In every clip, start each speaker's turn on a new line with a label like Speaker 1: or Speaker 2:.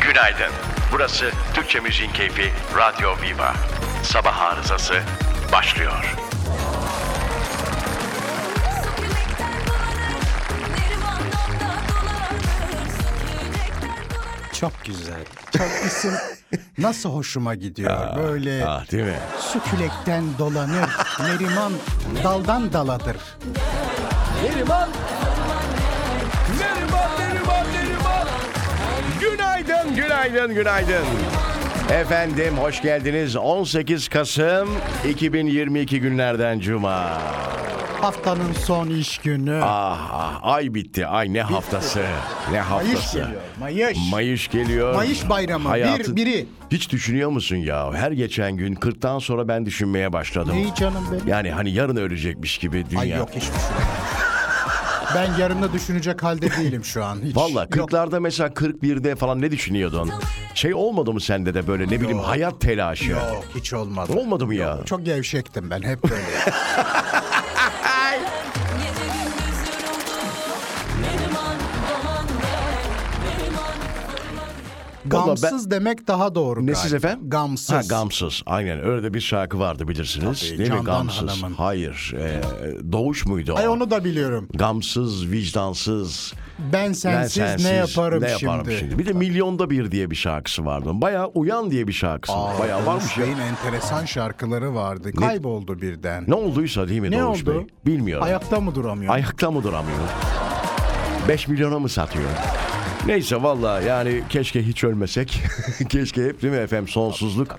Speaker 1: Günaydın. Burası Türkçe Müziğin Keyfi Radyo Viva. Sabah arızası başlıyor.
Speaker 2: Çok güzel. Çok isim nasıl hoşuma gidiyor. Böyle
Speaker 3: Ah değil mi?
Speaker 2: su külekten dolanır. Neriman daldan daladır.
Speaker 3: Neriman. Neriman, Neriman, Neriman. Günaydın, günaydın, günaydın. Efendim hoş geldiniz. 18 Kasım 2022 günlerden Cuma.
Speaker 2: Haftanın son iş günü.
Speaker 3: Ah, ah ay bitti. Ay ne haftası. Ne
Speaker 2: Mayış
Speaker 3: haftası.
Speaker 2: geliyor. Mayış.
Speaker 3: Mayış geliyor.
Speaker 2: Mayış bayramı. Bir, biri.
Speaker 3: Hiç düşünüyor musun ya? Her geçen gün 40'tan sonra ben düşünmeye başladım.
Speaker 2: Neyi canım benim?
Speaker 3: Yani hani yarın ölecekmiş gibi dünya.
Speaker 2: Ay yok hiç düşünmüyorum. Ben yarını düşünecek halde değilim şu an. Hiç.
Speaker 3: Valla
Speaker 2: Yok.
Speaker 3: 40'larda mesela 41'de falan ne düşünüyordun? Şey olmadı mı sende de böyle ne bileyim hayat telaşı?
Speaker 2: Yok hiç olmadı.
Speaker 3: Olmadı mı ya?
Speaker 2: Çok gevşektim ben hep böyle.
Speaker 3: Vallahi ben-
Speaker 2: Gamsız demek daha doğru
Speaker 3: Ne
Speaker 2: galiba.
Speaker 3: siz efendim?
Speaker 2: Gamsız.
Speaker 3: Ha gamsız. Aynen öyle de bir şarkı vardı bilirsiniz.
Speaker 2: Tabii,
Speaker 3: Değil mi
Speaker 2: Candan
Speaker 3: gamsız?
Speaker 2: Hanım'ın.
Speaker 3: Hayır. e, doğuş muydu o?
Speaker 2: Ay onu da biliyorum.
Speaker 3: Gamsız, vicdansız,
Speaker 2: Ben sensiz,
Speaker 3: ben sensiz,
Speaker 2: ne yaparım,
Speaker 3: ne yaparım şimdi? Bir de Milyonda Bir diye bir şarkısı vardı. Bayağı Uyan diye bir şarkısı.
Speaker 2: Aa,
Speaker 3: Bayağı
Speaker 2: Doğuş
Speaker 3: varmış ya.
Speaker 2: Bey'in enteresan şarkıları vardı. Kayboldu birden.
Speaker 3: Ne olduysa değil mi
Speaker 2: Ne
Speaker 3: Doğuş
Speaker 2: oldu?
Speaker 3: Bey? Bilmiyorum.
Speaker 2: Ayakta mı duramıyor?
Speaker 3: Ayakta mı duramıyor? 5 milyona mı satıyor? Neyse valla yani keşke hiç ölmesek. keşke hep değil mi efendim sonsuzluk.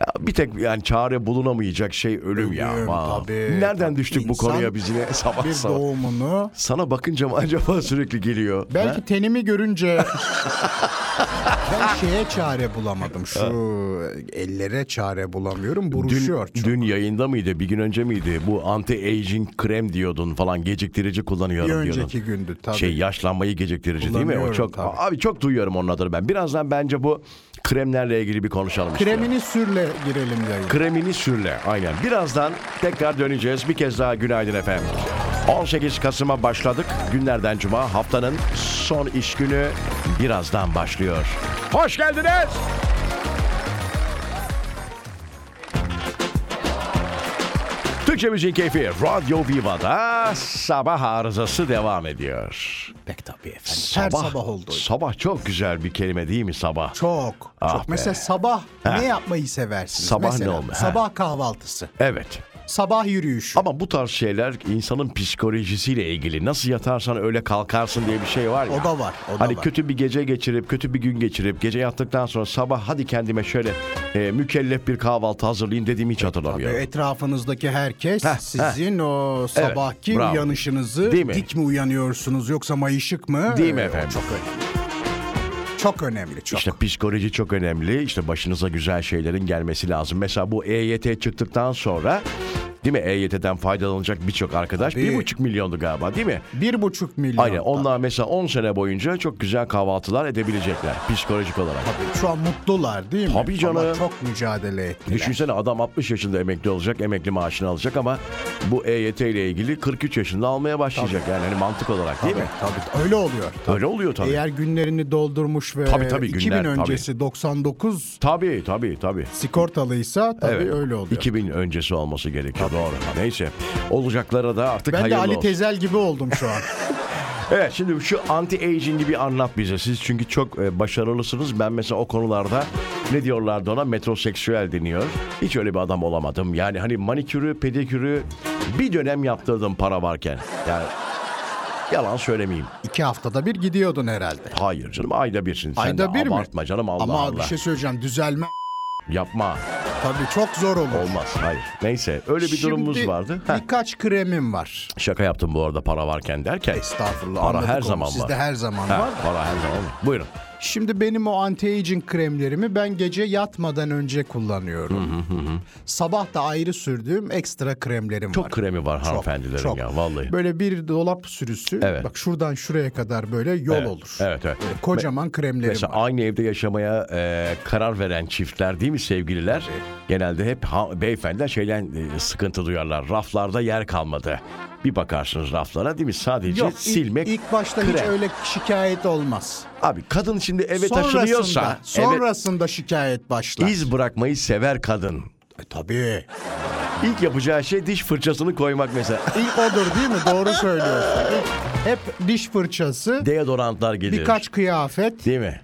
Speaker 3: Ya Bir tek yani çare bulunamayacak şey ölüm, ya.
Speaker 2: Ölüm,
Speaker 3: Valla.
Speaker 2: tabii,
Speaker 3: Nereden
Speaker 2: tabii.
Speaker 3: düştük bu
Speaker 2: İnsan
Speaker 3: konuya biz yine sabah
Speaker 2: bir
Speaker 3: sabah.
Speaker 2: doğumunu
Speaker 3: Sana bakınca mı acaba sürekli geliyor?
Speaker 2: belki
Speaker 3: Ha?
Speaker 2: tenimi görünce ben şeye çare bulamadım. Şu ellere çare bulamıyorum. Buruşuyor
Speaker 3: Dün,
Speaker 2: çok.
Speaker 3: dün yayında mıydı? Bir gün önce miydi? Bu anti-aging krem diyordun falan geciktirici kullanıyorum
Speaker 2: Bir
Speaker 3: diyordun.
Speaker 2: önceki gündü tabii.
Speaker 3: Şey yaşlanmayı geciktirici değil mi? O
Speaker 2: Kullanıyorum
Speaker 3: çok
Speaker 2: tabii.
Speaker 3: abi çok duyuyorum onun adını ben. Birazdan bence bu kremlerle ilgili bir konuşalım işte.
Speaker 2: Kremini sürle girelim yayın.
Speaker 3: Kremini sürle. Aynen. Birazdan tekrar döneceğiz. Bir kez daha günaydın efendim. 18 Kasım'a başladık. Günlerden cuma haftanın son iş günü birazdan başlıyor. Hoş geldiniz. Türkçe Müziğin Keyfi Radyo Viva'da sabah arızası devam ediyor.
Speaker 2: Pek tabii efendim. Her sabah oldu.
Speaker 3: Sabah çok güzel bir kelime değil mi sabah?
Speaker 2: Çok.
Speaker 3: Ah
Speaker 2: çok.
Speaker 3: be.
Speaker 2: Mesela sabah ne yapmayı seversiniz?
Speaker 3: Sabah ne
Speaker 2: Mesela
Speaker 3: olma- Ha.
Speaker 2: Sabah kahvaltısı,
Speaker 3: Evet.
Speaker 2: sabah yürüyüşü.
Speaker 3: Ama bu tarz şeyler insanın psikolojisiyle ilgili. Nasıl yatarsan öyle kalkarsın diye bir şey var ya.
Speaker 2: O da var, o da
Speaker 3: hani
Speaker 2: var.
Speaker 3: kötü bir gece geçirip, kötü bir gün geçirip, gece yattıktan sonra sabah hadi kendime şöyle e, mükellef bir kahvaltı hazırlayayım dediğimi
Speaker 2: E,
Speaker 3: hiç hatırlamıyorum.
Speaker 2: Etrafınızdaki herkes sizin o
Speaker 3: Evet,
Speaker 2: sabahki
Speaker 3: bravo.
Speaker 2: uyanışınızı
Speaker 3: Değil mi?
Speaker 2: dik mi uyanıyorsunuz yoksa mayışık mı?
Speaker 3: Değil mi
Speaker 2: Ee, o
Speaker 3: efendim?
Speaker 2: Çok önemli. Çok önemli çok.
Speaker 3: İşte psikoloji çok önemli. İşte başınıza güzel şeylerin gelmesi lazım. Mesela bu EYT çıktıktan sonra değil mi? EYT'den faydalanacak birçok arkadaş.
Speaker 2: Tabii.
Speaker 3: Bir buçuk milyondu galiba değil mi?
Speaker 2: Bir buçuk milyon.
Speaker 3: Aynen. Onlar mesela 10 sene boyunca çok güzel kahvaltılar edebilecekler psikolojik olarak.
Speaker 2: Şu an mutlular değil mi?
Speaker 3: Tabii canım.
Speaker 2: Ama çok mücadele ettiler.
Speaker 3: Düşünsene adam 60 yaşında emekli olacak, emekli maaşını alacak ama bu EYT ile ilgili 43 yaşında almaya başlayacak yani hani mantık olarak değil
Speaker 2: Tabii,
Speaker 3: mi?
Speaker 2: tabii, E öyle oluyor.
Speaker 3: Öyle oluyor tabii.
Speaker 2: Eğer günlerini doldurmuş ve
Speaker 3: Tabii, tabii,
Speaker 2: 2000
Speaker 3: günler, tabii.
Speaker 2: öncesi 99
Speaker 3: Tabii tabii tabii.
Speaker 2: sigortalıysa tabii
Speaker 3: Evet.
Speaker 2: öyle oluyor.
Speaker 3: 2000 öncesi olması gerekiyor doğru. Neyse olacaklara da artık
Speaker 2: Ben de
Speaker 3: hayırlı
Speaker 2: Ali
Speaker 3: olsun.
Speaker 2: Tezel gibi oldum şu an.
Speaker 3: Evet şimdi şu anti-aging'i bir anlat bize siz çünkü çok e, başarılısınız. Ben mesela o konularda ne diyorlardı ona metroseksüel deniyor. Hiç öyle bir adam olamadım. Yani hani manikürü, pedikürü bir dönem yaptırdım para varken. Yani yalan söylemeyeyim.
Speaker 2: İki haftada bir gidiyordun herhalde.
Speaker 3: Hayır canım ayda birsin. Sen
Speaker 2: Ayda
Speaker 3: de
Speaker 2: bir mi?
Speaker 3: abartma canım Allah
Speaker 2: Ama
Speaker 3: Allah.
Speaker 2: bir şey söyleyeceğim düzelme
Speaker 3: Yapma
Speaker 2: tabii çok zor olur.
Speaker 3: olmaz hayır. Neyse öyle bir durumumuz
Speaker 2: Şimdi
Speaker 3: vardı. Heh,
Speaker 2: Birkaç kremim var.
Speaker 3: Şaka yaptım bu arada para varken derken.
Speaker 2: Estağfurullah.
Speaker 3: Para
Speaker 2: anladık
Speaker 3: her
Speaker 2: onu.
Speaker 3: zaman var.
Speaker 2: Sizde her zaman
Speaker 3: Ha,
Speaker 2: var.
Speaker 3: para her zaman var. Buyurun.
Speaker 2: Şimdi benim o anti-aging kremlerimi ben gece yatmadan önce kullanıyorum. Sabah da ayrı sürdüğüm ekstra kremlerim
Speaker 3: Çok
Speaker 2: var.
Speaker 3: kremi var hanımefendilerin
Speaker 2: çok.
Speaker 3: ya vallahi.
Speaker 2: Böyle bir dolap sürüsü.
Speaker 3: Evet.
Speaker 2: Bak şuradan şuraya kadar böyle yol olur.
Speaker 3: evet, evet.
Speaker 2: Böyle kocaman kremlerim
Speaker 3: Mesela
Speaker 2: var.
Speaker 3: aynı evde yaşamaya e, karar veren çiftler değil mi sevgililer? Genelde hep ha- beyefendiler şeyden e, sıkıntı duyarlar. Raflarda yer kalmadı. Bir bakarsınız raflara değil mi? Sadece
Speaker 2: Yok, ilk-
Speaker 3: silmek.
Speaker 2: ilk, başta hiç
Speaker 3: krem.
Speaker 2: öyle şikayet olmaz.
Speaker 3: Abi kadın şimdi eve
Speaker 2: sonrasında,
Speaker 3: taşınıyorsa eve
Speaker 2: sonrasında şikayet başlar.
Speaker 3: iz bırakmayı sever kadın.
Speaker 2: E, tabii.
Speaker 3: İlk yapacağı şey diş fırçasını koymak mesela.
Speaker 2: İlk odur değil mi? Doğru söylüyorsun. İlk- Hep diş fırçası,
Speaker 3: Deodorantlar gelir.
Speaker 2: birkaç kıyafet.
Speaker 3: Değil mi?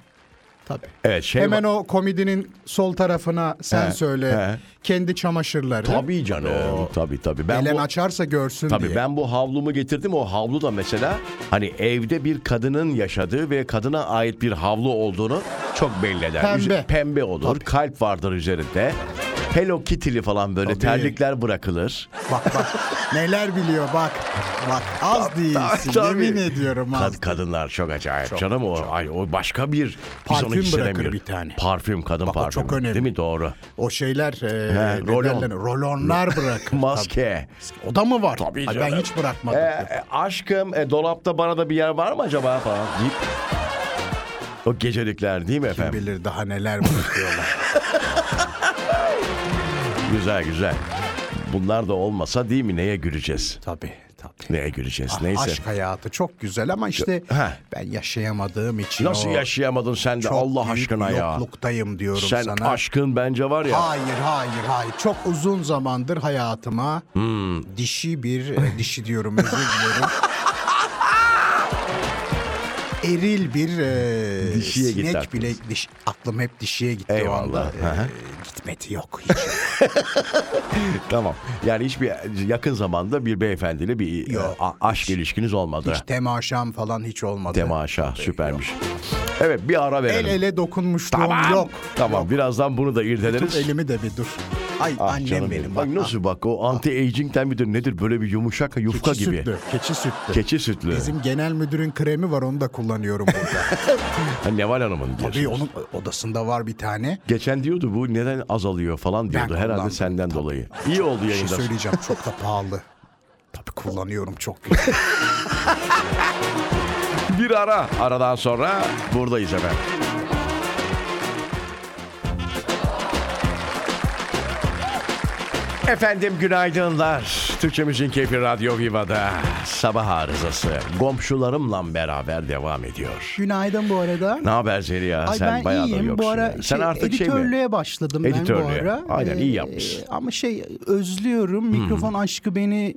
Speaker 2: Tabii.
Speaker 3: Evet şey
Speaker 2: Hemen o komedinin sol tarafına sen
Speaker 3: He,
Speaker 2: söyle
Speaker 3: he.
Speaker 2: kendi çamaşırları.
Speaker 3: Tabii canım. Tabii tabii. Ben
Speaker 2: Elen
Speaker 3: bu...
Speaker 2: açarsa görsün
Speaker 3: Tabii
Speaker 2: diye.
Speaker 3: ben bu havlumu getirdim. O havlu da mesela hani evde bir kadının yaşadığı ve kadına ait bir havlu olduğunu çok belli eder.
Speaker 2: Pembe.
Speaker 3: Üze- pembe olur. Kalp vardır üzerinde. Hello Kitty'li falan böyle
Speaker 2: Tabii.
Speaker 3: terlikler bırakılır.
Speaker 2: Bak bak neler biliyor bak. Bak az değilsin
Speaker 3: Tabii.
Speaker 2: yemin ediyorum az.
Speaker 3: Kad- kadınlar çok acayip canım o. Ay, o başka bir biz onu
Speaker 2: Parfüm bırakır
Speaker 3: hissedemiyoruz.
Speaker 2: bir tane.
Speaker 3: Parfüm kadın
Speaker 2: Bak o
Speaker 3: parfümü.
Speaker 2: çok önemli.
Speaker 3: Değil mi doğru?
Speaker 2: O şeyler e,
Speaker 3: He,
Speaker 2: ne
Speaker 3: rolon.
Speaker 2: derler, rolonlar bırakır.
Speaker 3: Maske.
Speaker 2: Tabii. O da mı var?
Speaker 3: Tabii
Speaker 2: Ay,
Speaker 3: canım.
Speaker 2: ben hiç bırakmadım.
Speaker 3: E, e, aşkım e, dolapta bana da bir yer var mı acaba falan deyip o gecelikler değil mi efendim?
Speaker 2: Bilir daha neler bırakıyorlar.
Speaker 3: Güzel güzel. Bunlar da olmasa değil mi neye güleceğiz?
Speaker 2: tabii tabii.
Speaker 3: Neye güleceğiz? Neyse.
Speaker 2: Ah, Aşk hayatı çok güzel ama işte
Speaker 3: Ha.
Speaker 2: ben yaşayamadığım için
Speaker 3: Nasıl
Speaker 2: o
Speaker 3: yaşayamadın sen de
Speaker 2: çok
Speaker 3: Allah
Speaker 2: büyük
Speaker 3: aşkına
Speaker 2: bir
Speaker 3: ya?
Speaker 2: Yokluktayım diyorum
Speaker 3: Sen
Speaker 2: sana.
Speaker 3: aşkın bence var ya.
Speaker 2: Hayır hayır hayır. Çok uzun zamandır hayatıma
Speaker 3: Hmm.
Speaker 2: dişi bir e, dişi diyorum özür dilerim. Eril bir e,
Speaker 3: Dişiye gitti
Speaker 2: sinek
Speaker 3: aklınız.
Speaker 2: bile diş, aklım hep dişiye gitti
Speaker 3: Eyvallah.
Speaker 2: o anda. E,
Speaker 3: Aha.
Speaker 2: gitmedi yok hiç.
Speaker 3: Tamam. Yani hiçbir yakın zamanda bir beyefendiyle bir e,
Speaker 2: Yok.
Speaker 3: a- aşk ilişkiniz olmadı.
Speaker 2: hiç temaşam falan hiç olmadı.
Speaker 3: Temaşa süpermiş. Evet bir ara
Speaker 2: El
Speaker 3: verelim.
Speaker 2: ele dokunmuşluğum yok.
Speaker 3: Tamam birazdan bunu da irdeleriz.
Speaker 2: Dur elimi de bir dur. Ay
Speaker 3: Ah
Speaker 2: annem
Speaker 3: canım
Speaker 2: benim.
Speaker 3: Bak nasıl bak o anti aging'den midir nedir böyle bir yumuşak yufka
Speaker 2: Keçi
Speaker 3: gibi.
Speaker 2: sütlü. Keçi sütlü.
Speaker 3: Keçi sütlü.
Speaker 2: Bizim genel müdürün kremi var onu da kullanıyorum burada.
Speaker 3: Ha, Neval Hanım'ın
Speaker 2: Tabii
Speaker 3: diyorsunuz.
Speaker 2: onun odasında var bir tane.
Speaker 3: Geçen diyordu bu neden azalıyor falan diyordu. Herhalde
Speaker 2: kullandım,
Speaker 3: senden dolayı. İyi oldu
Speaker 2: Bir şey
Speaker 3: yayında.
Speaker 2: söyleyeceğim çok da pahalı. Tabii kullanıyorum çok güzel.
Speaker 3: bir ara. Aradan sonra buradayız efendim. Efendim günaydınlar. Türkçe Müzik Keyfi Radyo Viva'da sabah arızası komşularımla beraber devam ediyor.
Speaker 2: Günaydın bu arada.
Speaker 3: Ne haber Zeliha?
Speaker 2: Ay
Speaker 3: Sen
Speaker 2: ben
Speaker 3: bayağıdır
Speaker 2: iyiyim.
Speaker 3: yoksun.
Speaker 2: Bu ara
Speaker 3: ya. Sen
Speaker 2: şey,
Speaker 3: artık şey
Speaker 2: editörlüğe
Speaker 3: mi?
Speaker 2: başladım
Speaker 3: Editörlüğe.
Speaker 2: ben bu ara. Ee,
Speaker 3: Aynen, iyi yapmışsın. Hmm.
Speaker 2: Ama şey özlüyorum. Mikrofon aşkı beni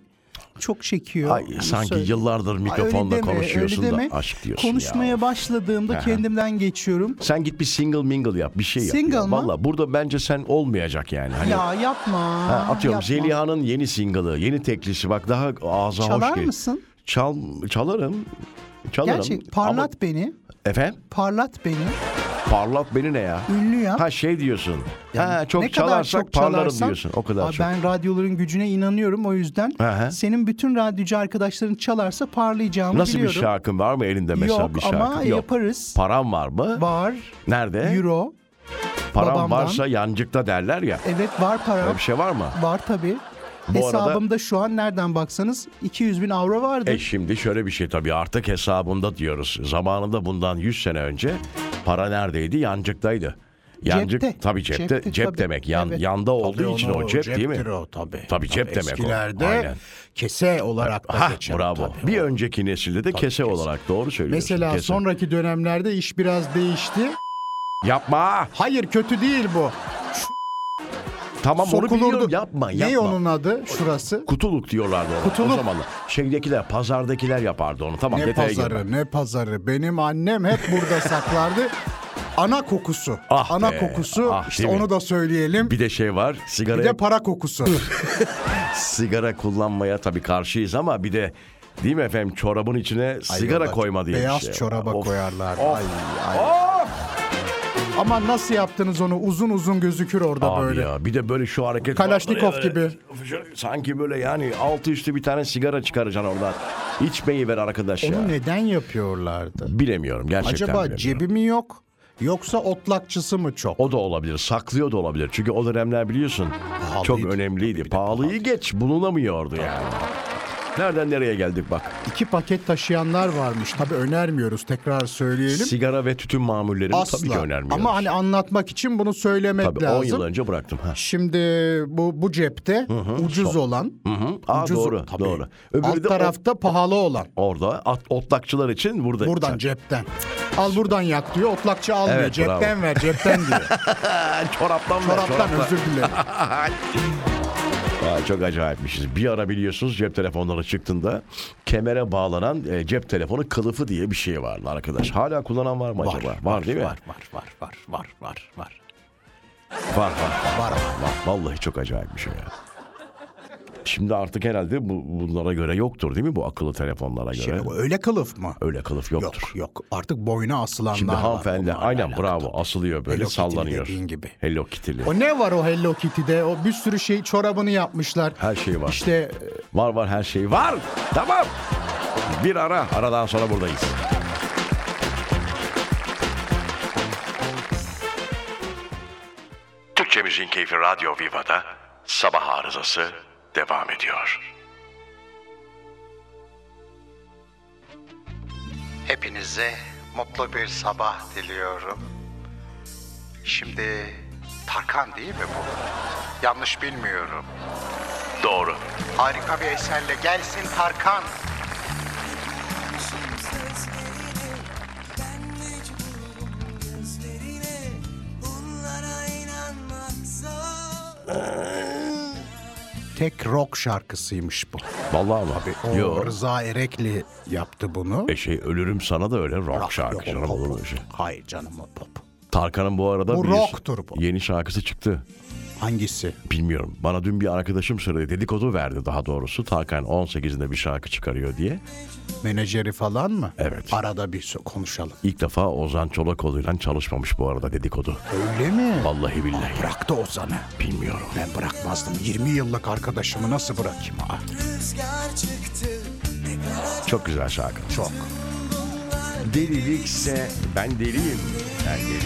Speaker 2: çok çekiyor.
Speaker 3: Ay,
Speaker 2: Onu
Speaker 3: sanki
Speaker 2: söyleyeyim.
Speaker 3: yıllardır
Speaker 2: Ay, öyle
Speaker 3: mikrofonla
Speaker 2: deme,
Speaker 3: konuşuyorsun
Speaker 2: öyle
Speaker 3: da
Speaker 2: deme.
Speaker 3: aşk diyorsun ya.
Speaker 2: Konuşmaya başladığımda kendimden geçiyorum.
Speaker 3: Sen git bir single mingle yap. Bir şey yap.
Speaker 2: Single
Speaker 3: ya.
Speaker 2: mı?
Speaker 3: Valla burada bence sen olmayacak yani. Hani
Speaker 2: Ya yapma.
Speaker 3: Ha, atıyorum
Speaker 2: yapma.
Speaker 3: Zeliha'nın yeni single'ı, yeni teklisi bak daha ağza hoş
Speaker 2: Çalar
Speaker 3: gel-
Speaker 2: mısın?
Speaker 3: Çal, çalarım. Çalarım.
Speaker 2: Gerçek parlat
Speaker 3: Ama-
Speaker 2: beni.
Speaker 3: efendim?
Speaker 2: Parlat beni.
Speaker 3: Parlat beni ne ya?
Speaker 2: Ünlü yap.
Speaker 3: Ha şey diyorsun.
Speaker 2: Yani
Speaker 3: ha çok
Speaker 2: ne kadar
Speaker 3: çalarsak
Speaker 2: çok
Speaker 3: parlarım
Speaker 2: çalarsan-
Speaker 3: diyorsun. O kadar
Speaker 2: Aa,
Speaker 3: çok.
Speaker 2: Ben radyoların gücüne inanıyorum o yüzden.
Speaker 3: Aha.
Speaker 2: Senin bütün radyocu arkadaşların çalarsa parlayacağımı
Speaker 3: Nasıl
Speaker 2: biliyorum.
Speaker 3: bir şey? şarkın var mı elinde mesela
Speaker 2: Yok,
Speaker 3: bir şarkı? E?
Speaker 2: ama yaparız.
Speaker 3: Param var mı?
Speaker 2: Var.
Speaker 3: Nerede?
Speaker 2: Euro.
Speaker 3: Param
Speaker 2: babamdan.
Speaker 3: varsa yancıkta derler ya.
Speaker 2: Evet var para.
Speaker 3: Öyle bir şey var mı?
Speaker 2: Var tabii.
Speaker 3: Bu arada-
Speaker 2: Hesabımda şu an nereden baksanız 200 bin avro vardır.
Speaker 3: E şimdi şöyle bir şey tabii artık hesabımda diyoruz. Zamanında bundan 100 sene önce para neredeydi? Yancıktaydı. Yancık
Speaker 2: Cepte.
Speaker 3: tabii cepte,
Speaker 2: Cepte,
Speaker 3: cep
Speaker 2: tabii.
Speaker 3: demek. Yan,
Speaker 2: Evet.
Speaker 3: Yanda olduğu için o cep değil mi?
Speaker 2: tabii.
Speaker 3: Tabii cep demek o.
Speaker 2: Eskilerde
Speaker 3: Aynen.
Speaker 2: kese olarak da
Speaker 3: Ha,
Speaker 2: geçer.
Speaker 3: bravo.
Speaker 2: tabii.
Speaker 3: bir önceki nesilde de kese, olarak doğru söylüyorsun.
Speaker 2: Mesela
Speaker 3: kese.
Speaker 2: sonraki dönemlerde iş biraz değişti.
Speaker 3: yapma.
Speaker 2: Hayır kötü değil bu.
Speaker 3: Tamam onu biliyorum.
Speaker 2: Sokulurdu.
Speaker 3: Yapma, yapma.
Speaker 2: Ne onun adı? Şurası.
Speaker 3: Kutuluk diyorlardı ona.
Speaker 2: Kutuluk.
Speaker 3: O zamanlar. Şeydekiler, pazardakiler yapardı onu. Tamam
Speaker 2: Ne
Speaker 3: detaya
Speaker 2: pazarı,
Speaker 3: girme.
Speaker 2: ne pazarı. Benim annem hep burada saklardı. Ana kokusu.
Speaker 3: Ah
Speaker 2: Ana
Speaker 3: be,
Speaker 2: kokusu.
Speaker 3: ah
Speaker 2: işte
Speaker 3: değil mi?
Speaker 2: onu da söyleyelim. Bir,
Speaker 3: Bir de şey var. Sigaraya
Speaker 2: de para kokusu.
Speaker 3: sigara kullanmaya tabii karşıyız ama bir de değil mi efendim çorabın içine sigara
Speaker 2: Allah,
Speaker 3: koyma diye
Speaker 2: Beyaz
Speaker 3: bir şey. var.
Speaker 2: çoraba
Speaker 3: Of.
Speaker 2: koyarlar.
Speaker 3: Of.
Speaker 2: Ay, ay. Ama nasıl yaptınız onu? Uzun uzun gözükür orada
Speaker 3: Abi
Speaker 2: böyle.
Speaker 3: ya bir de böyle şu hareket
Speaker 2: Kalaşnikov
Speaker 3: vardır ya böyle. Şöyle Sanki böyle yani altı üstü bir tane sigara çıkaracaksın oradan. İçmeyi ver arkadaş ya.
Speaker 2: Onu neden yapıyorlardı?
Speaker 3: Bilemiyorum gerçekten
Speaker 2: Acaba
Speaker 3: bilemiyorum.
Speaker 2: cebi mi yok? Yoksa otlakçısı mı çok?
Speaker 3: O da olabilir. Saklıyor da olabilir. Çünkü o dönemler biliyorsun çok önemliydi. Pahalıyı geç bulunamıyordu yani. Nereden nereye geldik bak.
Speaker 2: İki paket taşıyanlar varmış. Tabii önermiyoruz tekrar söyleyelim.
Speaker 3: Sigara ve tütün mamullerini tabii ki
Speaker 2: Asla.
Speaker 3: önermiyoruz.
Speaker 2: Ama hani anlatmak için bunu söylemek
Speaker 3: tabii 10 yıl
Speaker 2: lazım.
Speaker 3: önce bıraktım. Ha.
Speaker 2: Şimdi bu bu cepte ucuz olan,
Speaker 3: Hı? Aa,
Speaker 2: ucuz
Speaker 3: doğru,
Speaker 2: tabii.
Speaker 3: doğru. Öbürü de
Speaker 2: alt
Speaker 3: o-
Speaker 2: tarafta pahalı olan.
Speaker 3: orada at, otlakçılar için burada.
Speaker 2: Buradan cepten. Al buradan yak diyor. Otlakçı almıyor.
Speaker 3: Evet, bravo.
Speaker 2: cepten ver, cepten diyor.
Speaker 3: çoraptan ver,
Speaker 2: Çoraptan
Speaker 3: çoraptan.
Speaker 2: özür dilerim.
Speaker 3: Aa, çok acayipmişiz. Bir ara biliyorsunuz cep telefonları çıktığında kemere bağlanan e, cep telefonu kılıfı diye bir şey vardı arkadaş. Hala kullanan var mı acaba? Var, değil mi? Var
Speaker 2: Var var var var var var.
Speaker 3: var. Var var. Vallahi çok acayip bir şey ya. Şimdi artık herhalde bu, bunlara göre yoktur değil mi bu akıllı telefonlara göre?
Speaker 2: Şimdi bu öyle kılıf mı?
Speaker 3: Öyle kılıf yoktur.
Speaker 2: Şey, Yok yok. Artık boyuna asılanlar
Speaker 3: Şimdi
Speaker 2: var.
Speaker 3: hanımefendi aynen bravo asılıyor böyle
Speaker 2: Hello Kitty'li
Speaker 3: sallanıyor.
Speaker 2: dediğin gibi.
Speaker 3: Hello Kitty'li.
Speaker 2: O ne var o Hello Kitty'de? O bir sürü şey çorabını yapmışlar.
Speaker 3: Her şey var.
Speaker 2: İşte e,
Speaker 3: Var var her şey var. Tamam. Bir ara. Aradan sonra buradayız.
Speaker 1: Türkçe Müziğin Keyfi Radyo Viva'da sabah arızası devam ediyor.
Speaker 4: Hepinize mutlu bir sabah diliyorum. Şimdi Tarkan değil mi bu? Yanlış bilmiyorum.
Speaker 1: Doğru.
Speaker 4: Harika bir eserle gelsin Tarkan.
Speaker 5: sözlerine Ben mecburum gözlerine Bunlara inanmak zor
Speaker 2: tek rock şarkısıymış bu.
Speaker 3: Vallahi
Speaker 2: O
Speaker 3: abi. Yok.
Speaker 2: Rıza Erekli yaptı bunu.
Speaker 3: E şey ölürüm sana da öyle rock şarkısı.
Speaker 2: Yok,
Speaker 3: canım,
Speaker 2: o pop.
Speaker 3: olur mu öyle şey?
Speaker 2: Hayır canım o pop.
Speaker 3: Tarkan'ın bu arada
Speaker 2: Bu
Speaker 3: biliyorsun,
Speaker 2: rock'tur bu.
Speaker 3: yeni şarkısı çıktı.
Speaker 2: Hangisi?
Speaker 3: Bilmiyorum. Bana dün bir arkadaşım söyledi. Dedikodu verdi daha doğrusu. Tarkan 18'inde bir şarkı çıkarıyor diye.
Speaker 2: Menajeri falan mı?
Speaker 3: Evet.
Speaker 2: Arada bir so- konuşalım.
Speaker 3: İlk defa Ozan Çolakoğlu ile çalışmamış bu arada dedikodu.
Speaker 2: Öyle mi?
Speaker 3: Vallahi billahi.
Speaker 2: Bıraktı Ozan'ı.
Speaker 3: Bilmiyorum.
Speaker 2: Ben bırakmazdım. 20 yıllık arkadaşımı nasıl bırakayım? Ah,
Speaker 5: Rüzgar çıktı
Speaker 3: Çok güzel şarkı.
Speaker 2: çok.
Speaker 3: Delilikse ben deliyim. Ben deliyim.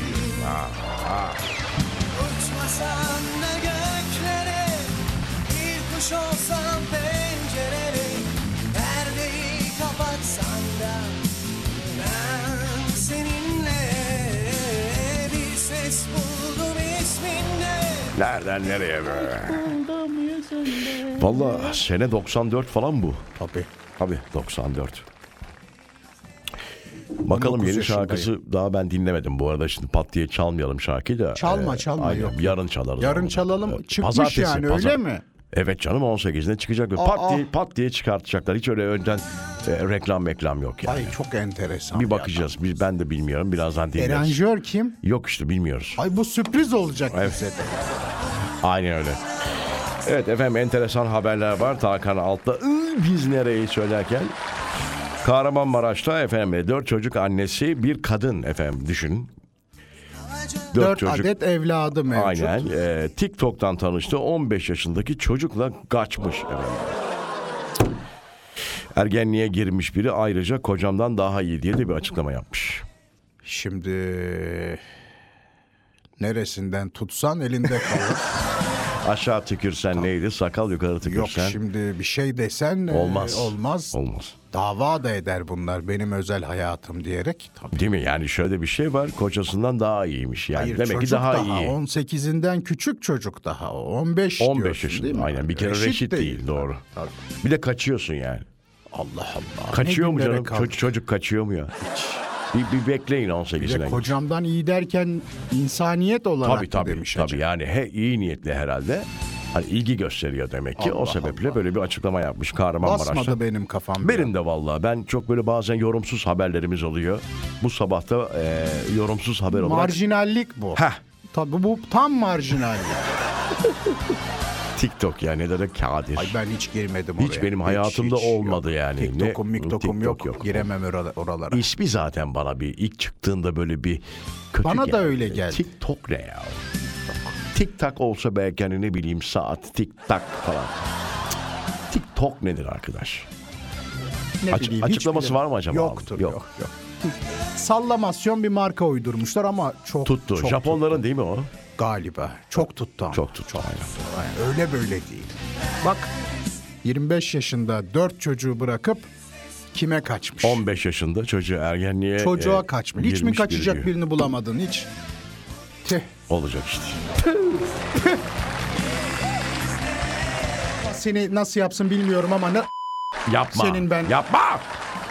Speaker 5: Uçmasam da göklere Bir kuş olsam pencereye Perdeyi kapatsan da Ben seninle Bir ses buldum isminle
Speaker 3: Nereden nereye be? Valla sene 94 falan bu.
Speaker 2: Tabii.
Speaker 3: Abi 94. Bakalım
Speaker 2: 19
Speaker 3: yeni
Speaker 2: yaşındayım.
Speaker 3: şarkısı daha ben dinlemedim bu arada şimdi pat diye çalmayalım şarkıyı da. e,
Speaker 2: Çalma, çalma,
Speaker 3: aynen,
Speaker 2: yok.
Speaker 3: Yarın çalarız.
Speaker 2: Yarın
Speaker 3: onu.
Speaker 2: çalalım.
Speaker 3: Ee,
Speaker 2: Çıkmış yani, öyle mi?
Speaker 3: Evet canım 18'inde çıkacak. pat
Speaker 2: Aa.
Speaker 3: diye pat diye çıkartacaklar. Hiç öyle önden e, reklam meklam yok yani.
Speaker 2: Ay çok enteresan.
Speaker 3: bir bakacağız. Biz ben de bilmiyorum. Birazdan dinleriz.
Speaker 2: Eranjör kim?
Speaker 3: Yok işte bilmiyoruz.
Speaker 2: Ay bu sürpriz olacak
Speaker 3: Evet.
Speaker 2: bize de.
Speaker 3: Aynen öyle. Evet efendim enteresan haberler var. Tarkan Altta "Iı, biz nereyi söylerken. Kahramanmaraş'ta efendim dört çocuk annesi bir kadın efendim düşün. Dört,
Speaker 2: 4
Speaker 3: çocuk.
Speaker 2: adet evladı mevcut.
Speaker 3: Aynen. Ee, TikTok'tan tanıştı. 15 yaşındaki çocukla kaçmış. efendim. Ergenliğe girmiş biri ayrıca kocamdan daha iyi diye de bir açıklama yapmış.
Speaker 2: Şimdi neresinden tutsan elinde kalır.
Speaker 3: Aşağı tükürsen neydi? Sakal yukarı
Speaker 2: Yok
Speaker 3: tükürsen.
Speaker 2: şimdi bir şey desen e,
Speaker 3: Olmaz.
Speaker 2: olmaz.
Speaker 3: Olmaz.
Speaker 2: Dava da eder bunlar benim özel hayatım diyerek. Tabii.
Speaker 3: Değil mi? Yani şöyle bir şey var. Kocasından daha iyiymiş. Yani
Speaker 2: Hayır,
Speaker 3: demek ki
Speaker 2: çocuk
Speaker 3: daha, iyi.
Speaker 2: 18'inden küçük çocuk daha. o. 15
Speaker 3: 15
Speaker 2: diyorsun, değil
Speaker 3: yaşında.
Speaker 2: mi?
Speaker 3: Aynen. Bir kere reşit, değil. doğru. Bir de kaçıyorsun yani.
Speaker 2: Allah Allah.
Speaker 3: Kaçıyor
Speaker 2: Ne
Speaker 3: mu
Speaker 2: günlere
Speaker 3: canım?
Speaker 2: kaldık.
Speaker 3: Çocuk, çocuk kaçıyor mu ya? Bir, bir bekleyin
Speaker 2: Bir de
Speaker 3: 18'ine.
Speaker 2: kocamdan iyi derken insaniyet olarak
Speaker 3: Tabii
Speaker 2: mı
Speaker 3: tabii.
Speaker 2: demiş
Speaker 3: tabii
Speaker 2: acaba?
Speaker 3: yani he iyi niyetli herhalde. Hani ilgi gösteriyor demek ki. o sebeple böyle bir açıklama yapmış Kahramanmaraş'ta.
Speaker 2: Basmadı benim kafam.
Speaker 3: Benim de vallahi ben çok böyle bazen yorumsuz haberlerimiz oluyor. Bu sabah da e, yorumsuz haber olarak
Speaker 2: Marjinallik bu.
Speaker 3: Heh.
Speaker 2: Tabii bu tam marjinallik.
Speaker 3: TikTok yani ne de kadir.
Speaker 2: Ay ben hiç girmedim oraya.
Speaker 3: Hiç benim hayatımda
Speaker 2: hiç
Speaker 3: olmadı yani. Ne-
Speaker 2: TikTok'um, miktokum
Speaker 3: TikTok
Speaker 2: yok.
Speaker 3: yok.
Speaker 2: Giremem orala- oralara.
Speaker 3: İsmi zaten bana bir ilk çıktığında böyle bir kötü
Speaker 2: Bana da
Speaker 3: geldi.
Speaker 2: öyle geldi.
Speaker 3: TikTok ne ya? Tik tak olsa belki hani ne bileyim saat tik tak falan. Cık, TikTok nedir arkadaş?
Speaker 2: Ne
Speaker 3: Aç-
Speaker 2: bileyim, hiç
Speaker 3: açıklaması
Speaker 2: bilemem.
Speaker 3: var mı acaba?
Speaker 2: Yoktur,
Speaker 3: Yok.
Speaker 2: yok. yok, Sallamasyon bir marka uydurmuşlar ama çok
Speaker 3: Tuttu.
Speaker 2: çok
Speaker 3: Japonların değil mi o?
Speaker 2: tuttu galiba. Çok tuttu ama.
Speaker 3: Çok tuttu. aynen.
Speaker 2: Yani öyle böyle değil. Bak 25 yaşında 4 çocuğu bırakıp kime kaçmış?
Speaker 3: 15 yaşında çocuğu ergenliğe
Speaker 2: Çocuğa
Speaker 3: e,
Speaker 2: kaçmış. Hiç mi
Speaker 3: girmiş
Speaker 2: kaçacak
Speaker 3: biri diyor.
Speaker 2: birini bulamadın hiç? Tüh.
Speaker 3: Olacak işte.
Speaker 2: Seni nasıl yapsın bilmiyorum ama ne
Speaker 3: Yapma.
Speaker 2: Senin ben-
Speaker 3: Yapma.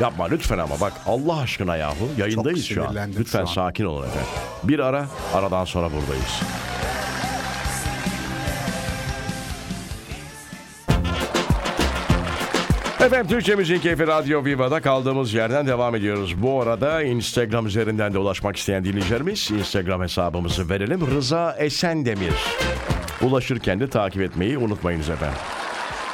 Speaker 3: Yapma lütfen ama bak Allah aşkına yahu yayındayız
Speaker 2: Çok
Speaker 3: şu an.
Speaker 2: sinirlendim
Speaker 3: Lütfen
Speaker 2: şu an.
Speaker 3: sakin olun efendim. Bir ara aradan sonra buradayız. Efendim Türkçe Müzik Keyfi Radyo Viva'da kaldığımız yerden devam ediyoruz. Bu arada Instagram üzerinden de ulaşmak isteyen dinleyicilerimiz Instagram hesabımızı verelim. Rıza Esendemir. Ulaşırken de takip etmeyi unutmayınız efendim.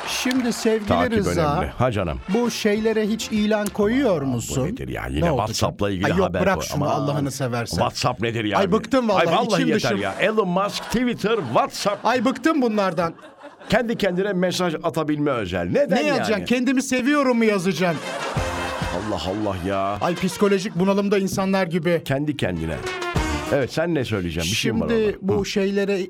Speaker 2: Şimdi sevgili
Speaker 3: Takip
Speaker 2: Rıza
Speaker 3: önemli. Ha canım.
Speaker 2: bu şeylere hiç ilan koyuyor musun?
Speaker 3: Bu nedir ya?
Speaker 2: Ne
Speaker 3: Yine
Speaker 2: oldu
Speaker 3: WhatsApp'la
Speaker 2: canım?
Speaker 3: ilgili
Speaker 2: Ay yok,
Speaker 3: haber
Speaker 2: bırak
Speaker 3: koy.
Speaker 2: şunu
Speaker 3: Aman.
Speaker 2: Allah'ını seversen.
Speaker 3: WhatsApp nedir yani?
Speaker 2: Ay bıktım vallahi,
Speaker 3: Ay vallahi
Speaker 2: içim
Speaker 3: yeter
Speaker 2: dışım.
Speaker 3: ya. Elon Musk, Twitter, WhatsApp.
Speaker 2: Ay bıktım bunlardan.
Speaker 3: Kendi kendine mesaj atabilme özel. Neden
Speaker 2: Ne
Speaker 3: yani?
Speaker 2: yazacaksın? Kendimi seviyorum mu yazacaksın?
Speaker 3: Allah Allah ya.
Speaker 2: Ay psikolojik bunalımda insanlar gibi.
Speaker 3: Kendi kendine. Evet sen ne söyleyeceksin? Bir şey mi var
Speaker 2: Şimdi
Speaker 3: orada?
Speaker 2: bu şeylere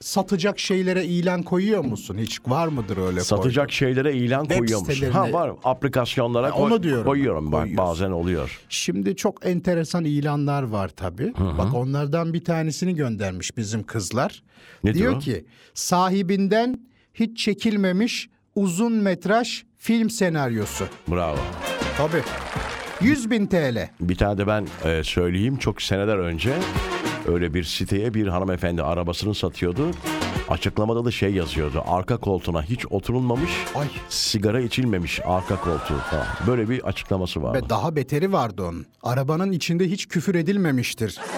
Speaker 2: satacak şeylere ilan koyuyor musun? Hiç var mıdır öyle
Speaker 3: Satacak şeylere ilan koyuyor musun?
Speaker 2: sitelerine-
Speaker 3: Ha var aplikasyonlara
Speaker 2: onu diyorum.
Speaker 3: koyuyorum bak
Speaker 2: Koyuyorsun.
Speaker 3: bazen oluyor.
Speaker 2: Şimdi çok enteresan ilanlar var tabii. Bak onlardan bir tanesini göndermiş bizim kızlar.
Speaker 3: Ne
Speaker 2: diyor
Speaker 3: diyor?
Speaker 2: ki sahibinden hiç çekilmemiş uzun metraj film senaryosu.
Speaker 3: Bravo.
Speaker 2: Tabii. 100 bin TL.
Speaker 3: Bir tane de ben e, söyleyeyim çok seneler önce öyle bir siteye bir hanımefendi arabasını satıyordu. Açıklamada da şey yazıyordu. Arka koltuğuna hiç oturulmamış,
Speaker 2: Ay.
Speaker 3: sigara içilmemiş arka koltuğu falan. Böyle bir açıklaması vardı.
Speaker 2: Ve daha beteri vardı onun. Arabanın içinde hiç küfür edilmemiştir.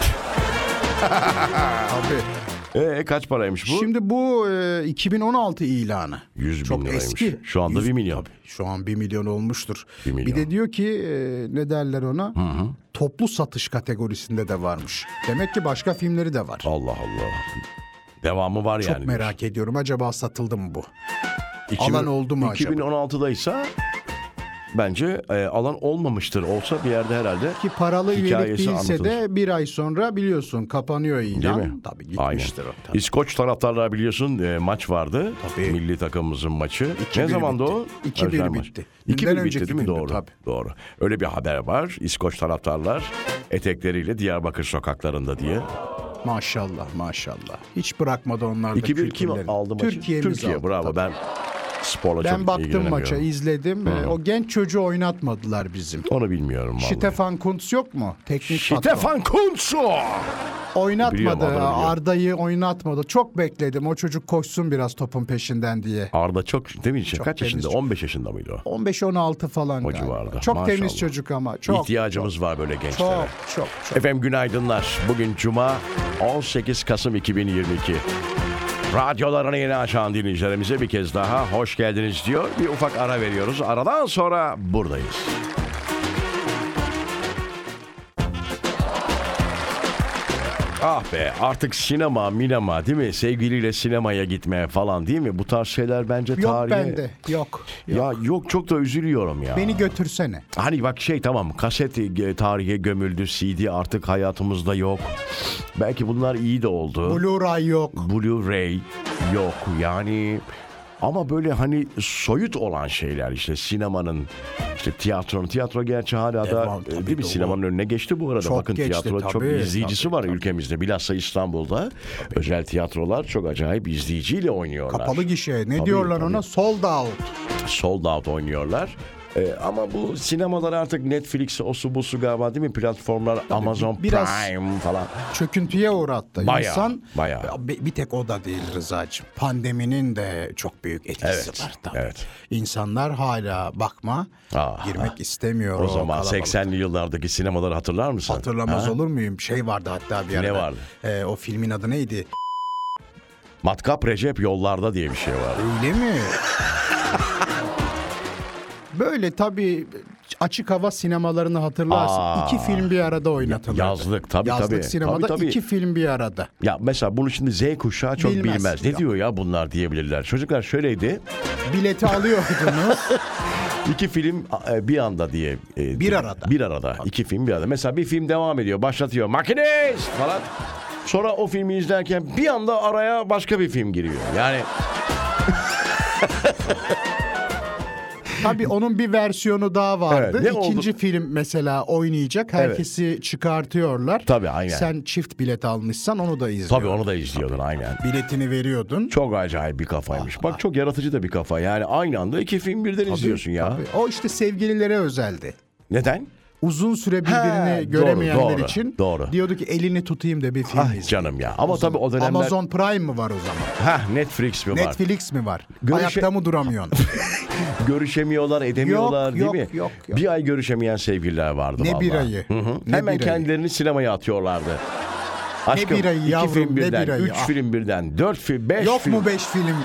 Speaker 2: Tabii.
Speaker 3: E, kaç paraymış bu?
Speaker 2: Şimdi bu e, 2016 ilanı.
Speaker 3: 100 bin
Speaker 2: Çok
Speaker 3: liraymış.
Speaker 2: eski.
Speaker 3: Şu anda
Speaker 2: 100
Speaker 3: 1 milyon.
Speaker 2: Tabii, Şu an 1 milyon olmuştur.
Speaker 3: Bir milyon.
Speaker 2: Bir de diyor ki e, ne derler ona? Toplu satış kategorisinde de varmış. Demek ki başka filmleri de var.
Speaker 3: Allah Allah. Devamı var
Speaker 2: Çok
Speaker 3: yani.
Speaker 2: merak ediyorum acaba satıldı mı bu?
Speaker 3: İki
Speaker 2: alan
Speaker 3: bin-
Speaker 2: oldu mu acaba?
Speaker 3: 2016'da ise bence e, alan olmamıştır. Olsa bir yerde herhalde
Speaker 2: Ki paralı üyelik
Speaker 3: Hikayesi
Speaker 2: değilse
Speaker 3: anlatılır.
Speaker 2: de bir ay sonra biliyorsun kapanıyor
Speaker 3: Değil
Speaker 2: ilan.
Speaker 3: mi?
Speaker 2: Tabii gitmiştir
Speaker 3: Aynen.
Speaker 2: o. Tabii.
Speaker 3: İskoç taraftarlar biliyorsun e, maç vardı.
Speaker 2: Tabii.
Speaker 3: Milli takımımızın maçı.
Speaker 2: 2-1
Speaker 3: ne zamandı
Speaker 2: bitti.
Speaker 3: o?
Speaker 2: 2-1
Speaker 3: Özlem
Speaker 2: bitti.
Speaker 3: maç. 2-1
Speaker 2: Dünden
Speaker 3: bitti
Speaker 2: önceki
Speaker 3: değil mi?
Speaker 2: gündü,
Speaker 3: Doğru.
Speaker 2: tabii.
Speaker 3: Doğru. Öyle bir haber var. İskoç taraftarlar etekleriyle Diyarbakır sokaklarında diye.
Speaker 2: Maşallah maşallah. Hiç bırakmadı onlar da
Speaker 3: 2-1 kim
Speaker 2: kültürlerini.
Speaker 3: aldı maçı?
Speaker 2: Türkiye'miz
Speaker 3: Türkiye
Speaker 2: aldı.
Speaker 3: bravo.
Speaker 2: tabii.
Speaker 3: Ben sporla
Speaker 2: Ben
Speaker 3: çok
Speaker 2: baktım
Speaker 3: ilgilenemiyorum.
Speaker 2: maça izledim. Ee, O genç çocuğu oynatmadılar bizim.
Speaker 3: Onu bilmiyorum vallahi.
Speaker 2: Stefan Kuntz yok mu? Teknik patron.
Speaker 3: Stefan Kunso. Biliyorum,
Speaker 2: Oynatmadı.
Speaker 3: adını biliyorum.
Speaker 2: Arda'yı oynatmadı. Çok bekledim. O çocuk koşsun biraz topun peşinden diye.
Speaker 3: Arda çok değil mi? Kaç
Speaker 2: temiz
Speaker 3: yaşında?
Speaker 2: çocuk.
Speaker 3: 15 yaşında mıydı o?
Speaker 2: 15-16 falan
Speaker 3: O
Speaker 2: galiba.
Speaker 3: civarda.
Speaker 2: Çok
Speaker 3: Maşallah.
Speaker 2: temiz çocuk ama. Çok,
Speaker 3: İhtiyacımız var böyle gençlere.
Speaker 2: çok, çok, çok.
Speaker 3: Efendim günaydınlar. Bugün Cuma 18 Kasım 2022. Radyolarını yeni açan dinleyicilerimize bir kez daha hoş geldiniz diyor. Bir ufak ara veriyoruz. Aradan sonra buradayız. Ah be artık sinema minema değil mi? Sevgiliyle sinemaya gitmeye falan değil mi? Bu tarz şeyler bence
Speaker 2: Yok
Speaker 3: tarihe...
Speaker 2: bende. Yok.
Speaker 3: Ya yok çok da üzülüyorum ya.
Speaker 2: Beni götürsene.
Speaker 3: Hani bak şey tamam kaset e, tarihe gömüldü, CD artık hayatımızda yok. Belki bunlar iyi de oldu.
Speaker 2: Blu-ray yok.
Speaker 3: Blu-ray yok yani ama böyle hani soyut olan şeyler işte sinemanın işte tiyatronun tiyatro gerçi hala da
Speaker 2: Devam,
Speaker 3: e, değil
Speaker 2: tabii
Speaker 3: mi
Speaker 2: doğru.
Speaker 3: sinemanın önüne geçti bu arada
Speaker 2: Çok
Speaker 3: bakın
Speaker 2: geçti,
Speaker 3: tiyatro çok
Speaker 2: tabii,
Speaker 3: izleyicisi
Speaker 2: tabii,
Speaker 3: var
Speaker 2: tabii.
Speaker 3: ülkemizde bilhassa İstanbul'da özel tiyatrolar çok acayip izleyiciyle oynuyorlar.
Speaker 2: Kapalı gişe. Ne
Speaker 3: Tabii,
Speaker 2: diyorlar
Speaker 3: tabii.
Speaker 2: ona? Sold out.
Speaker 3: sold out oynuyorlar. Ee, ama bu sinemalar artık Netflix, osu busu galiba değil mi? Platformlar Amazon
Speaker 2: bi- biraz-
Speaker 3: Prime falan.
Speaker 2: Çöküntüye uğrattı.
Speaker 3: Bayağı,
Speaker 2: İnsan
Speaker 3: bayağı.
Speaker 2: Ya bi- bir tek o da değil Rıza'cığım. Pandeminin de çok büyük etkisi
Speaker 3: Evet,
Speaker 2: var tabii.
Speaker 3: evet.
Speaker 2: İnsanlar hala bakma
Speaker 3: Aa,
Speaker 2: girmek istemiyor.
Speaker 3: O, zaman
Speaker 2: kalabalık.
Speaker 3: 80'li yıllardaki sinemaları hatırlar mısın?
Speaker 2: Hatırlamaz
Speaker 3: Ha?
Speaker 2: olur muyum? Şey vardı hatta bir
Speaker 3: Ne
Speaker 2: arada.
Speaker 3: vardı?
Speaker 2: Ee, o filmin adı neydi?
Speaker 3: Matkap Recep yollarda diye bir şey var.
Speaker 2: Öyle mi? Böyle tabii açık hava sinemalarını hatırlarsın.
Speaker 3: Aa.
Speaker 2: iki film bir arada oynatılırdı.
Speaker 3: Yazlık, tabii,
Speaker 2: Yazlık
Speaker 3: tabii.
Speaker 2: sinemada
Speaker 3: Tabii, tabii.
Speaker 2: iki film bir arada.
Speaker 3: Ya mesela bunu şimdi Z kuşağı çok bilmez.
Speaker 2: Bilmez.
Speaker 3: Ne
Speaker 2: Yok.
Speaker 3: diyor ya bunlar diyebilirler. Çocuklar şöyleydi.
Speaker 2: Bileti alıyordunuz.
Speaker 3: İki film e, bir anda diye. e,
Speaker 2: Bir arada.
Speaker 3: Bir arada. İki film bir arada. Mesela bir film devam ediyor. Başlatıyor. Makinist falan. Sonra o filmi izlerken bir anda araya başka bir film giriyor. Yani
Speaker 2: Tabii onun bir versiyonu daha vardı.
Speaker 3: Evet, ne oldu?
Speaker 2: İkinci film mesela oynayacak. Herkesi çıkartıyorlar.
Speaker 3: Tabii, aynen.
Speaker 2: Sen çift bilet almışsan onu da izliyor.
Speaker 3: Tabii onu da izliyordun aynen.
Speaker 2: Biletini veriyordun.
Speaker 3: Çok acayip bir kafaymış. Bak çok yaratıcı da bir kafa. Yani aynı anda iki film birden izliyorsun ya.
Speaker 2: Tabii. O işte sevgililere özeldi.
Speaker 3: Neden?
Speaker 2: Uzun süre birbirini
Speaker 3: Ha, doğru,
Speaker 2: göremeyenler
Speaker 3: doğru,
Speaker 2: için
Speaker 3: doğru.
Speaker 2: diyordu ki elini tutayım da bir film
Speaker 3: Ah
Speaker 2: izleyeyim.
Speaker 3: canım ya. Ama tabii o dönemler...
Speaker 2: Amazon Prime mi var o zaman?
Speaker 3: Heh, Netflix mi var?
Speaker 2: Netflix mi var?
Speaker 3: Görüşe-
Speaker 2: Ayakta mı duramıyorsun?
Speaker 3: Görüşemiyorlar, edemiyorlar
Speaker 2: Yok,
Speaker 3: değil
Speaker 2: yok,
Speaker 3: mi?
Speaker 2: yok, yok.
Speaker 3: Bir ay görüşemeyen sevgililer vardı
Speaker 2: Ne
Speaker 3: vallahi.
Speaker 2: bir ayı?
Speaker 3: Hı hı.
Speaker 2: Ne
Speaker 3: Hemen
Speaker 2: bir ayı?
Speaker 3: kendilerini sinemaya atıyorlardı. Aşkım,
Speaker 2: bir ayı
Speaker 3: iki
Speaker 2: yavrum,
Speaker 3: film
Speaker 2: ne
Speaker 3: birden,
Speaker 2: bir ayı?
Speaker 3: üç
Speaker 2: Ah.
Speaker 3: film birden, dört film, beş
Speaker 2: Yok
Speaker 3: film.
Speaker 2: mu 5 film?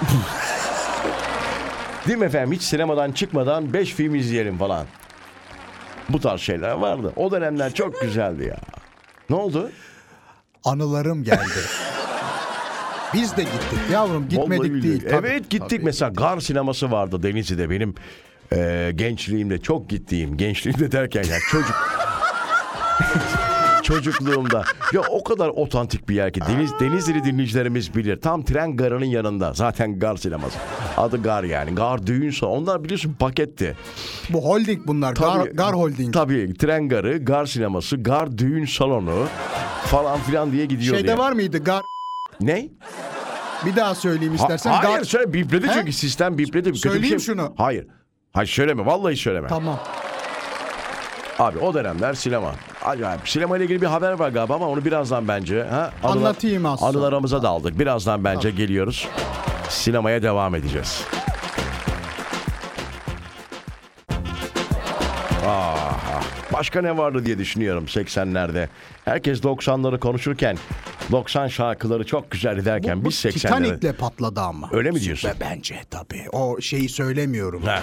Speaker 3: Değil mi efendim? Hiç sinemadan çıkmadan 5 film izleyelim falan. Bu tarz şeyler vardı. O dönemler çok güzeldi ya. Ne oldu?
Speaker 2: Anılarım geldi. Biz de gittik yavrum gitmedik
Speaker 3: Vallahi
Speaker 2: değil.
Speaker 3: billahi.
Speaker 2: Tabii,
Speaker 3: evet gittik
Speaker 2: tabii.
Speaker 3: mesela Gar sineması vardı Denizli'de benim e, gençliğimde çok gittiğim gençliğimde derken ya çocuk çocukluğumda ya o kadar otantik bir yer ki Deniz Denizli dinleyicilerimiz bilir. Tam tren garının yanında. Zaten gar sineması. Adı gar yani. Gar düğün salonu. Onlar biliyorsun paketti.
Speaker 2: Bu holding bunlar. Gar,
Speaker 3: Tabii,
Speaker 2: gar holding.
Speaker 3: Tabii tren garı, gar sineması, gar düğün salonu falan filan diye gidiyordu.
Speaker 2: Şeyde
Speaker 3: ya.
Speaker 2: var mıydı gar?
Speaker 3: Ne?
Speaker 2: Bir daha söyleyeyim
Speaker 3: Ha-
Speaker 2: istersen.
Speaker 3: hayır
Speaker 2: gar...
Speaker 3: söyle bipledi
Speaker 2: He?
Speaker 3: çünkü sistem bipledi. Kötü bir
Speaker 2: Söyleyeyim
Speaker 3: şey-
Speaker 2: şunu.
Speaker 3: Hayır. Hayır söyleme vallahi söyleme.
Speaker 2: Tamam.
Speaker 3: Abi o dönemler sinema. Acayip. Sinema ile ilgili bir haber var galiba ama onu birazdan bence. Ha? Anılar-
Speaker 2: Anlatayım az sonra.
Speaker 3: Anılarımıza daldık. Birazdan bence geliyoruz. Sinemaya devam edeceğiz. Aha. Ah, Başka ne vardı diye düşünüyorum 80'lerde. Herkes 90'ları konuşurken 90 şarkıları çok güzeldi derken
Speaker 2: Bu
Speaker 3: biz 80'lere...
Speaker 2: Titanic'le patladı ama.
Speaker 3: Öyle mi diyorsun?
Speaker 2: Ve bence tabii. O şeyi söylemiyorum.
Speaker 3: Ha.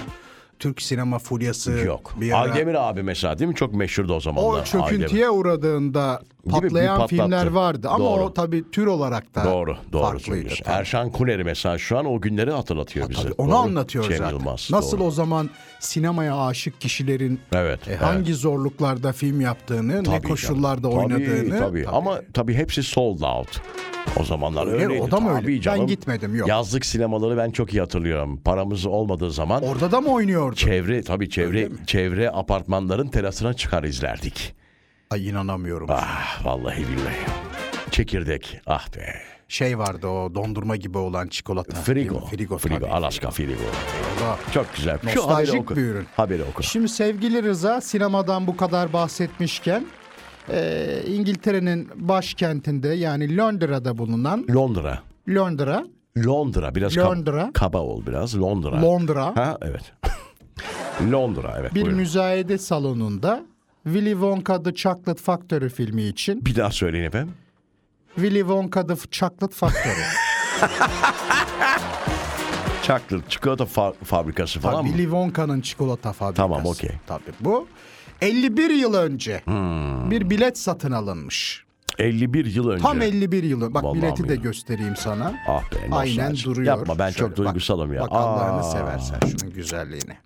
Speaker 2: Türk sinema furyası.
Speaker 3: Yok.
Speaker 2: Bir ara-
Speaker 3: Aldemir abi mesela değil mi? Çok meşhurdu o zamanlar.
Speaker 2: O
Speaker 3: Aldemir.
Speaker 2: çöküntüye uğradığında
Speaker 3: bir
Speaker 2: patlayan
Speaker 3: patlattı.
Speaker 2: filmler vardı. Ama
Speaker 3: Doğru.
Speaker 2: o tabii tür olarak da
Speaker 3: Doğru, doğru
Speaker 2: farklıydı.
Speaker 3: söylüyorsun.
Speaker 2: tabii.
Speaker 3: Erşan Kuner'i mesela şu an o günleri hatırlatıyor bize.
Speaker 2: Tabii onu
Speaker 3: Doğru.
Speaker 2: anlatıyor
Speaker 3: Cem
Speaker 2: zaten.
Speaker 3: Yılmaz,
Speaker 2: Nasıl
Speaker 3: doğru.
Speaker 2: o zaman sinemaya aşık kişilerin
Speaker 3: Evet,
Speaker 2: e,
Speaker 3: evet.
Speaker 2: hangi zorluklarda film yaptığını, ne
Speaker 3: Tabii
Speaker 2: koşullarda
Speaker 3: canım.
Speaker 2: oynadığını.
Speaker 3: Tabii, tabii. Ama tabii hepsi sold out. O zamanlar
Speaker 2: Öyle,
Speaker 3: öyleydi.
Speaker 2: o da mı öyle?
Speaker 3: Tabii
Speaker 2: Ben
Speaker 3: canım.
Speaker 2: gitmedim, yok.
Speaker 3: Yazlık sinemaları ben çok iyi hatırlıyorum. Paramız olmadığı zaman
Speaker 2: orada da mı oynuyordu?
Speaker 3: çevre tabii çevre çevre apartmanların terasına çıkar izlerdik.
Speaker 2: Ay inanamıyorum.
Speaker 3: Ah vallahi billahi. Çekirdek. Ah be.
Speaker 2: Şey vardı o dondurma gibi olan çikolata. değil mi?
Speaker 3: Frigo.
Speaker 2: Frigo. tabii.
Speaker 3: Alaska Frigo.
Speaker 2: Orada-
Speaker 3: Çok güzel. Şu haberi
Speaker 2: Nostaljik
Speaker 3: oku.
Speaker 2: bir ürün.
Speaker 3: Haberi oku.
Speaker 2: Şimdi sevgili Rıza sinemadan bu kadar bahsetmişken e, İngiltere'nin başkentinde yani Londra'da bulunan
Speaker 3: Londra.
Speaker 2: Londra,
Speaker 3: Londra biraz kab-
Speaker 2: Londra.
Speaker 3: kaba ol biraz Londra.
Speaker 2: Londra
Speaker 3: ha evet. Londra evet.
Speaker 2: bir
Speaker 3: buyurun.
Speaker 2: müzayede salonunda Willy Wonka The Chocolate Factory filmi için
Speaker 3: bir daha söyleyin efendim.
Speaker 2: Willy Wonka The Chocolate Factory.
Speaker 3: Chocolate çikolata fa- fabrikası falan mı?
Speaker 2: Willy Wonka'nın çikolata fabrikası.
Speaker 3: Tamam, okey.
Speaker 2: Tabii bu 51 yıl önce
Speaker 3: Hmm.
Speaker 2: bir bilet satın alınmış.
Speaker 3: 51 yıl önce.
Speaker 2: Tam 51 yılı. Bak
Speaker 3: Vallahi
Speaker 2: bileti de
Speaker 3: billahi.
Speaker 2: göstereyim sana.
Speaker 3: Ah be, nostalji.
Speaker 2: Aynen duruyor.
Speaker 3: Yapma, ben çok duygusalım ya.
Speaker 2: Bak Allah'ını
Speaker 3: Aa.
Speaker 2: seversen şunun güzelliğini.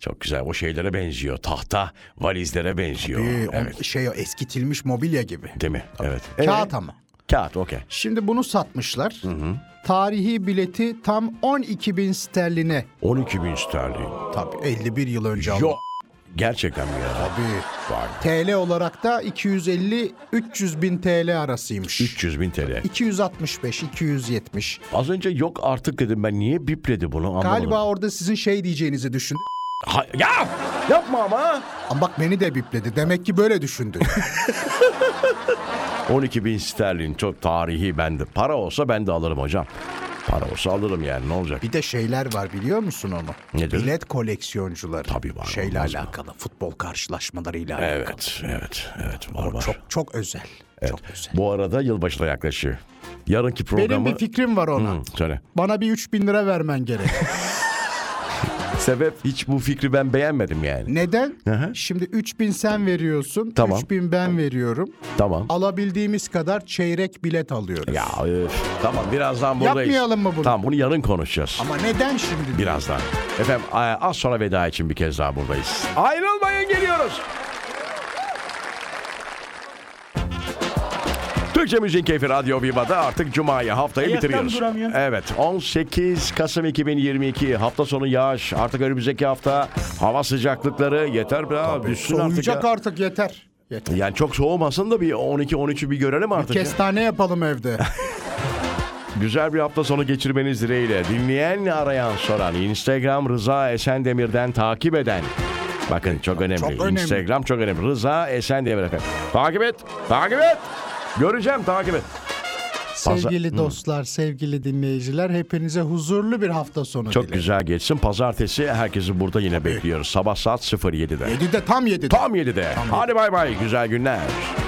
Speaker 3: Çok güzel o şeylere benziyor. Tahta valizlere benziyor.
Speaker 2: Ee, o
Speaker 3: evet.
Speaker 2: Şey o eskitilmiş mobilya gibi.
Speaker 3: Değil mi? Evet.
Speaker 2: Kağıt
Speaker 3: Ee,
Speaker 2: ama.
Speaker 3: Kağıt okey.
Speaker 2: Şimdi bunu satmışlar. Tarihi bileti tam 12 bin sterline.
Speaker 3: 12 bin sterlin.
Speaker 2: Tabii 51 yıl önce
Speaker 3: Yok. Gerçekten mi ya?
Speaker 2: Tabii. TL olarak da 250-300 bin TL arasıymış.
Speaker 3: 300 bin TL.
Speaker 2: 265-270.
Speaker 3: Az önce yok artık dedim ben. Niye bipledi bunu anlamadım.
Speaker 2: Galiba orada sizin şey diyeceğinizi düşün.
Speaker 3: Ha- ya! Yapma ama.
Speaker 2: Ama bak beni de bipledi. Demek ki böyle düşündü.
Speaker 3: 12 bin sterlin çok tarihi bende. Para olsa ben de alırım hocam. Para olsa alırım yani ne olacak?
Speaker 2: Bir de şeyler var biliyor musun onu?
Speaker 3: Nedir?
Speaker 2: Bilet koleksiyoncuları.
Speaker 3: Tabii var,
Speaker 2: Şeyle
Speaker 3: olmaz mı?
Speaker 2: alakalı. Futbol karşılaşmalarıyla alakalı.
Speaker 3: Evet, evet, evet var var.
Speaker 2: Çok çok özel. Çok özel.
Speaker 3: Bu arada yılbaşına yaklaşıyor. Yarınki programı...
Speaker 2: Benim bir fikrim var ona.
Speaker 3: Hı, söyle.
Speaker 2: Bana bir 3000 lira vermen gerek.
Speaker 3: Sebep hiç bu fikri ben beğenmedim yani.
Speaker 2: Neden?
Speaker 3: Aha.
Speaker 2: Şimdi 3000 sen veriyorsun.
Speaker 3: Tamam.
Speaker 2: 3000 ben veriyorum.
Speaker 3: Tamam.
Speaker 2: Alabildiğimiz kadar çeyrek bilet alıyoruz.
Speaker 3: Ya öf. Tamam birazdan buradayız.
Speaker 2: Yapmayalım mı bunu?
Speaker 3: Tamam bunu yarın konuşacağız.
Speaker 2: Ama neden şimdi?
Speaker 3: Birazdan. Efendim a- az sonra veda için bir kez daha buradayız. Ayrılmayın geliyoruz. Türkçe Müziğin Keyfi Radyo Viva'da artık Cuma'yı haftayı
Speaker 6: Ayaktan
Speaker 3: bitiriyoruz.
Speaker 6: duramıyorum.
Speaker 3: Evet 18 Kasım 2022 hafta sonu yağış artık önümüzdeki hafta hava sıcaklıkları yeter be abi düşsün artık
Speaker 2: Soğuyacak
Speaker 3: ya.
Speaker 2: artık yeter. Yeter.
Speaker 3: Yani çok soğumasın da bir 12-13'ü bir görelim artık. ya.
Speaker 2: Kestane yapalım evde.
Speaker 3: Güzel bir hafta sonu geçirmeniz dileğiyle. Dinleyen, arayan, soran. Instagram Rıza Esendemir'den takip eden. Bakın çok önemli.
Speaker 2: Çok önemli.
Speaker 3: Instagram çok önemli. Rıza Esendemir efendim. Takip et. Takip et. Göreceğim takip et. Pazar-
Speaker 2: sevgili dostlar, sevgili dinleyiciler hepinize huzurlu bir hafta sonu
Speaker 3: Çok
Speaker 2: dilerim.
Speaker 3: güzel geçsin. Pazartesi herkesi burada yine bekliyoruz. Sabah saat 07'de.
Speaker 2: 7'de tam 7'de.
Speaker 3: Tam 7'de. Hadi bay bay. Güzel günler.